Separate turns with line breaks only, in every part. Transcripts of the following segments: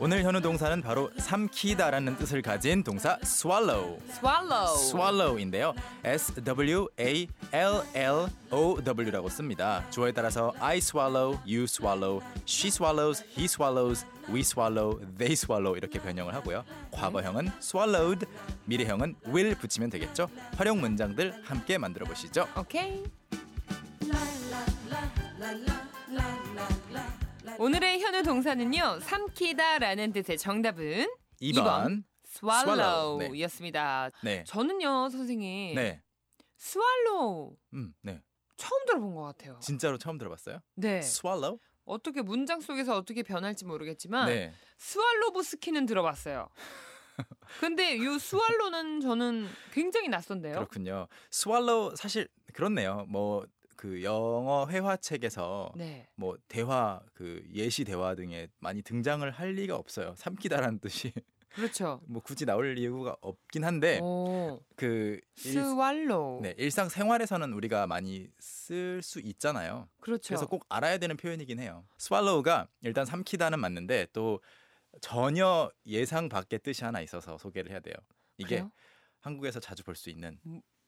오늘 현우 동사는 바로 삼키다라는 뜻을 가진 동사 swallow.
swallow.
swallow인데요. S W A L L O W라고 씁니다. 주어에 따라서 I swallow, you swallow, she swallows, he swallows, we swallow, they swallow 이렇게 변형을 하고요. 과거형은 swallowed, 미래형은 will 붙이면 되겠죠. 활용 문장들 함께 만들어 보시죠.
오케이. 오늘의 현우 동사는요. 삼키다라는 뜻의 정답은
2번.
이번.
swallow, 네.
swallow였습니다.
네.
저는요, 선생님.
네.
swallow
음, 네.
처음 들어본 것 같아요.
진짜로 처음 들어봤어요?
네.
swallow?
어떻게 문장 속에서 어떻게 변할지 모르겠지만
네.
스왈로브스키는 들어봤어요. 근데 이 스왈로는 저는 굉장히 낯선데요.
그렇군요. swallow 사실 그렇네요. 뭐 그 영어 회화책에서
네.
뭐 대화 그 예시 대화 등에 많이 등장을 할 리가 없어요. 삼키다라는 뜻이
그렇죠.
뭐 굳이 나올 이유가 없긴 한데
오.
그 일,
어, 스왈로.
네, 일상 생활에서는 우리가 많이 쓸 수 있잖아요.
그렇죠.
그래서 꼭 알아야 되는 표현이긴 해요. swallow가 일단 삼키다는 맞는데 또 전혀 예상 밖의 뜻이 하나 있어서 소개를 해야 돼요. 이게
그래요?
한국에서 자주 볼 수 있는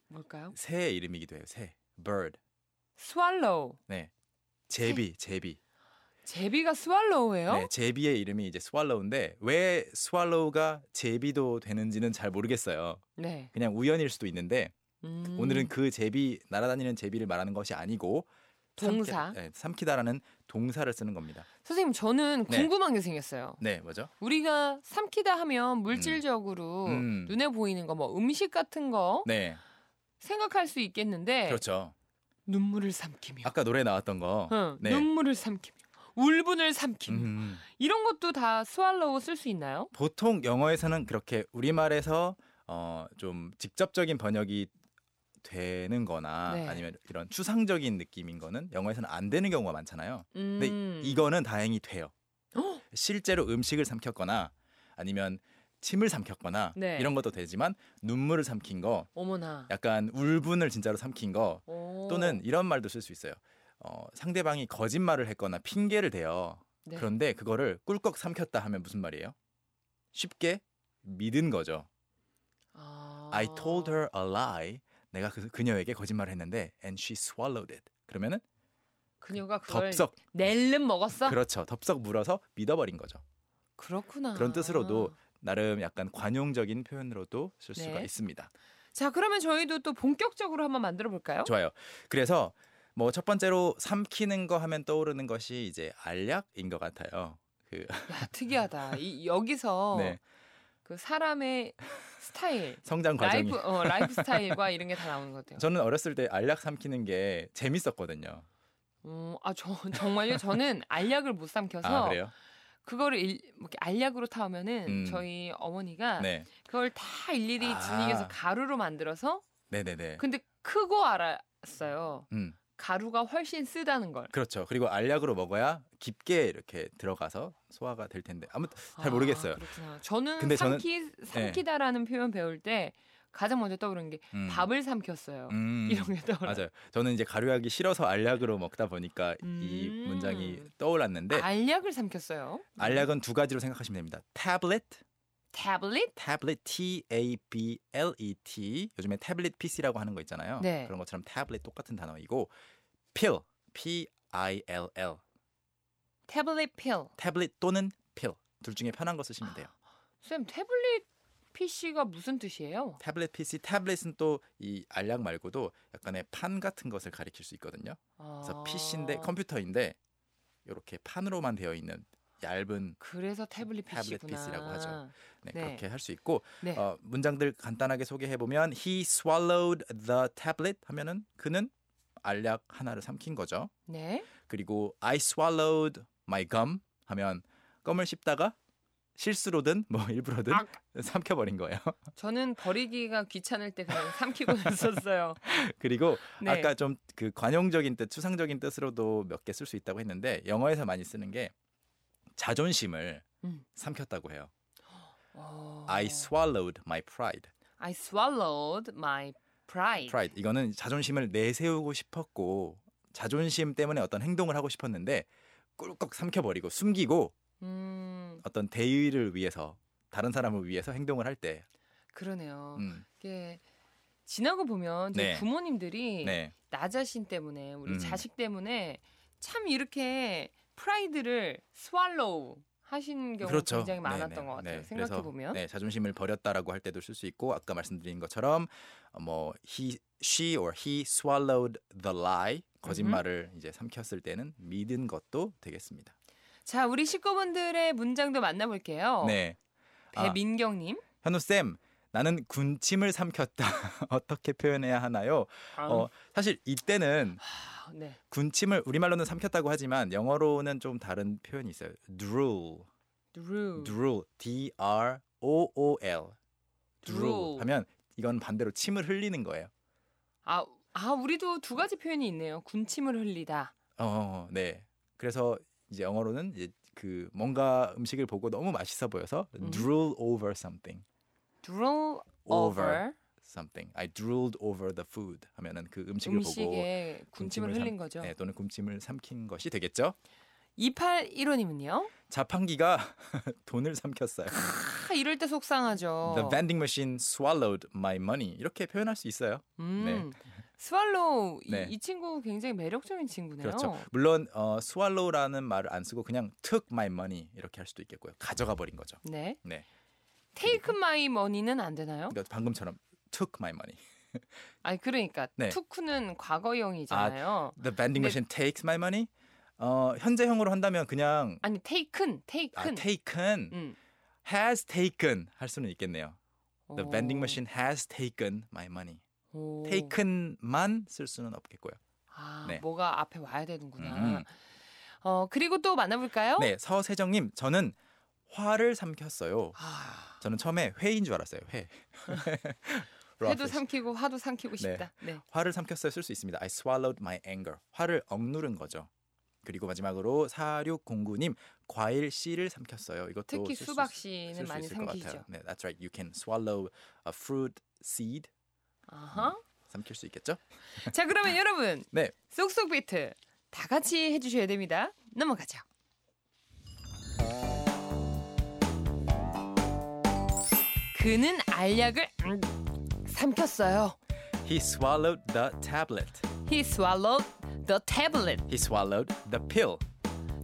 뭘까요?
새의 이름이기도 해요. 새 bird.
스왈로.
네. 제비, 제비.
제비가 스왈로우예요?
네, 제비의 이름이 이제 스왈로우인데 왜 스왈로우가 제비도 되는지는 잘 모르겠어요.
네.
그냥 우연일 수도 있는데
음.
오늘은 그 제비 날아다니는 제비를 말하는 것이 아니고
동사.
삼키, 네, 삼키다라는 동사를 쓰는 겁니다.
선생님 저는
네.
궁금한 게 생겼어요.
네, 뭐죠?
우리가 삼키다 하면 물질적으로
음.
눈에 보이는 거 뭐 음식 같은 거
네,
생각할 수 있겠는데
그렇죠.
눈물을 삼키며
아까 노래 나왔던 거.
응,
네.
눈물을 삼키며 울분을 삼키며
음,
이런 것도 다 스왈로우 쓸 수 있나요?
보통 영어에서는 그렇게 우리말에서 어, 좀 직접적인 번역이 되는 거나
네.
아니면 이런 추상적인 느낌인 거는 영어에서는 안 되는 경우가 많잖아요.
음.
근데 네, 이거는 다행히 돼요.
헉!
실제로 음식을 삼켰거나 아니면 침을 삼켰거나
네.
이런 것도 되지만 눈물을 삼킨 거,
어머나
약간 울분을 진짜로 삼킨 거
오.
또는 이런 말도 쓸 수 있어요. 어, 상대방이 거짓말을 했거나 핑계를 대요.
네.
그런데 그거를 꿀꺽 삼켰다 하면 무슨 말이에요? 쉽게 믿은 거죠.
아.
I told her a lie. 내가 그, 그녀에게 거짓말을 했는데 and she swallowed it. 그러면은
그녀가 그걸
덥석
낼름 먹었어?
그렇죠. 덥석 물어서 믿어버린 거죠.
구나
그런 뜻으로도 나름 약간 관용적인 표현으로도 쓸
네.
수가 있습니다.
자 그러면 저희도 또 본격적으로 한번 만들어 볼까요?
좋아요. 그래서 뭐 첫 번째로 삼키는 거 하면 떠오르는 것이 이제 알약인 것 같아요. 그
야, 특이하다. 이, 여기서
네,
그 사람의 스타일,
성장 과정이
라이프 어, 라이프 스타일과 이런 게 다 나오는 것 같아요.
저는 어렸을 때 알약 삼키는 게 재밌었거든요.
어, 아, 저, 정말요? 저는 알약을 못 삼켜서
아 그래요?
그거를 일, 뭐 이렇게 알약으로 타오면은
음.
저희 어머니가
네,
그걸 다 일일이
아.
진이겨서 가루로 만들어서
네, 네, 네.
근데 크고 알았어요.
음,
가루가 훨씬 쓰다는 걸.
그렇죠. 그리고 알약으로 먹어야 깊게 이렇게 들어가서 소화가 될 텐데 아무튼 잘 모르겠어요.
아, 그렇구나. 저는
근데 저는- 네.
삼키 삼키다라는 표현 배울 때 가장 먼저 떠오르는 게
음,
밥을 삼켰어요.
음,
이런 게 떠올라.
맞아요. 저는 이제 가루약이 싫어서 알약으로 먹다 보니까 이
음. 아.
문장이 떠올랐는데
알약을 삼켰어요.
알약은 두 가지로 생각하시면 됩니다. 태블릿
태블릿?
태블릿 T A B L E T 요즘에 태블릿 PC라고 하는 거 있잖아요.
네.
그런 것처럼 태블릿 똑같은 단어이고 pill P I L L
태블릿 필.
태블릿 또는 pill 둘 중에 편한 거 쓰시면 돼요.
쌤, 태블릿 PC가 무슨 뜻이에요?
태블릿 PC 태블릿은 또 이 알약 말고도 약간의 판 같은 것을 가리킬 수 있거든요. 그래서
아,
PC인데 컴퓨터인데 이렇게 판으로만 되어 있는 얇은
그래서 태블릿
태블릿
PC구나.
PC라고 하죠. 네,
네.
그렇게 할 수 있고
네.
어, 문장들 간단하게 소개해 보면 he swallowed the tablet 하면은 그는 알약 하나를 삼킨 거죠.
네.
그리고 I swallowed my gum 하면 껌을 씹다가 실수로든 뭐 일부러든
악.
삼켜버린 거예요.
저는 버리기가 귀찮을 때 그냥 삼키고 있었어요.
그리고
네.
아까 좀 그 관용적인 뜻, 추상적인 뜻으로도 몇 개 쓸 수 있다고 했는데 영어에서 많이 쓰는 게 자존심을
음.
삼켰다고 해요.
어.
I swallowed my pride.
I swallowed my pride.
pride 이거는 자존심을 내세우고 싶었고 자존심 때문에 어떤 행동을 하고 싶었는데 꿀꺽 삼켜버리고 숨기고
음,
어떤 대의를 위해서 다른 사람을 위해서 행동을 할 때.
그러네요.
음,
이게 지나고 보면 저희
네.
부모님들이
네.
나 자신 때문에 우리
음.
자식 때문에 참 이렇게 프라이드를 swallow 하신 경우가
그렇죠.
굉장히
네,
많았던
네,
것 같아요.
네.
생각해
그래서,
보면
네, 자존심을 버렸다라고 할 때도 쓸 수 있고 아까 말씀드린 것처럼 어, 뭐 he, she or he swallowed the lie 거짓말을 이제 삼켰을 때는 믿은 것도 되겠습니다.
자, 우리 식구분들의 문장도 만나볼게요.
네, 아.
배민경님.
현우 쌤, 나는 군침을 삼켰다. 어떻게 표현해야 하나요? 어, 사실 이때는
아, 네.
군침을 우리말로는 삼켰다고 하지만 영어로는 좀 다른 표현이 있어요. drool,
drool.
drool, d r o o l,
drool.
drool 하면 이건 반대로 침을 흘리는 거예요.
아, 아, 우리도 두 가지 표현이 있네요. 군침을 흘리다.
어, 네. 그래서 이제 영어로는 이제 그 뭔가 음식을 보고 너무 맛있어 보여서
음.
drool over something,
drool over,
Over. something. I drooled over the food 하면은 그 음식을 보고
음식에 군침을
삼-
흘린 거죠.
네, 또는 군침을 삼킨 것이 되겠죠.
2815님은요?
자판기가 돈을 삼켰어요.
아, 이럴 때 속상하죠.
The vending machine swallowed my money. 이렇게 표현할 수 있어요.
음. 스왈로우 이-
네.
이, 친구 굉장히 매력적인 친구네요.
그렇죠. 물론 어, swallow라는 말을 안 쓰고 그냥 took my money 이렇게 할 수도 있겠고요. 가져가 버린 거죠.
네.
네.
테이크 마이 머니는 안 되나요?
그러니까 방금처럼 took my money.
아니 그러니까
네.
투쿠는 과거형이잖아요.
The vending
네.
machine takes my money. 어, 현재형으로 한다면 그냥
아, 니 테이큰,
아,
테이큰.
taken
음.
has taken 할 수는 있겠네요. The
오.
vending machine has taken my money.
오.
taken만 쓸 수는 없겠고요.
아,
네.
뭐가 앞에 와야 되는구나.
음.
어, 그리고 또 만나볼까요?
네, 서세정님, 저는 화를 삼켰어요.
아,
저는 처음에 회인 줄 알았어요. 회.
회도
Rubbish.
삼키고 화도 삼키고 싶다. 네.
화를 삼켰어요. 쓸 수 있습니다. I swallowed my anger. 화를 억누른 거죠. 그리고 마지막으로 4609님 과일 씨를 삼켰어요. 이것도
특히
쓸수
수박
있-
씨는
쓸수
많이
있을 것
삼키죠.
같아요. 네, that's right. You can swallow a fruit seed.
아하.
삼킬 수 있겠죠?
자, 그러면 여러분.
네.
쏙쏙 비트 다 같이 해 주셔야 됩니다. 넘어가죠. 그는 알약을 음, 삼켰어요.
He swallowed the tablet.
He swallowed the tablet.
He swallowed the pill.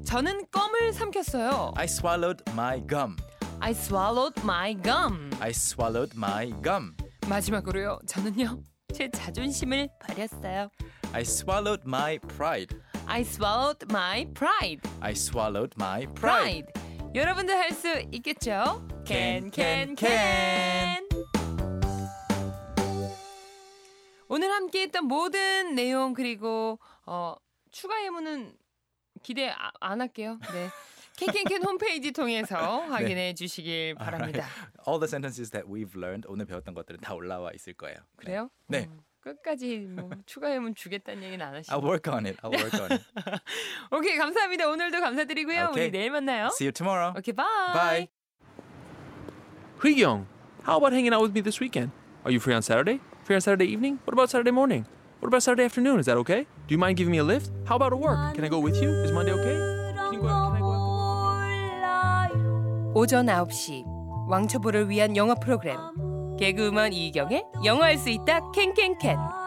저는 껌을 삼켰어요.
I swallowed my gum.
I swallowed my gum.
I swallowed my gum.
마지막으로요. 저는요. 제 자존심을 버렸어요.
I swallowed my pride.
I swallowed my pride.
I swallowed my pride.
pride. 여러분도 할 수 있겠죠?
Can,
캔캔캔.
can, can.
오늘 함께했던 모든 내용 그리고 어, 추가 예문은 기대 아- 안 할게요. 네. 캔캔캔 홈페이지 통해서
네.
확인해 주시길 바랍니다.
All the sentences that we've learned 오늘 배웠던 것들은 다 올라와 있을 거예요. 네.
그래요?
네.
음, 끝까지 뭐 추가 예문 주겠다는 얘기는 안 하시고.
I'll work on it. I'll work on it.
오케이 감사합니다. 오늘도 감사드리고요.
아, 오케이.
우리 내일 만나요.
See you tomorrow.
오케이 바이.
Bye.
Young, how about hanging out with me this weekend? Are you free on Saturday? Free on Saturday evening? What about Saturday morning? What about Saturday afternoon? Is that okay? Do you mind giving me a lift? How about at work? Can I go with you? Is Monday okay? Can you go out? Can I go out?
오전 9시 왕초보를 위한 영어 프로그램 개그우먼 이경의 영어할 수 있다 캔캔캔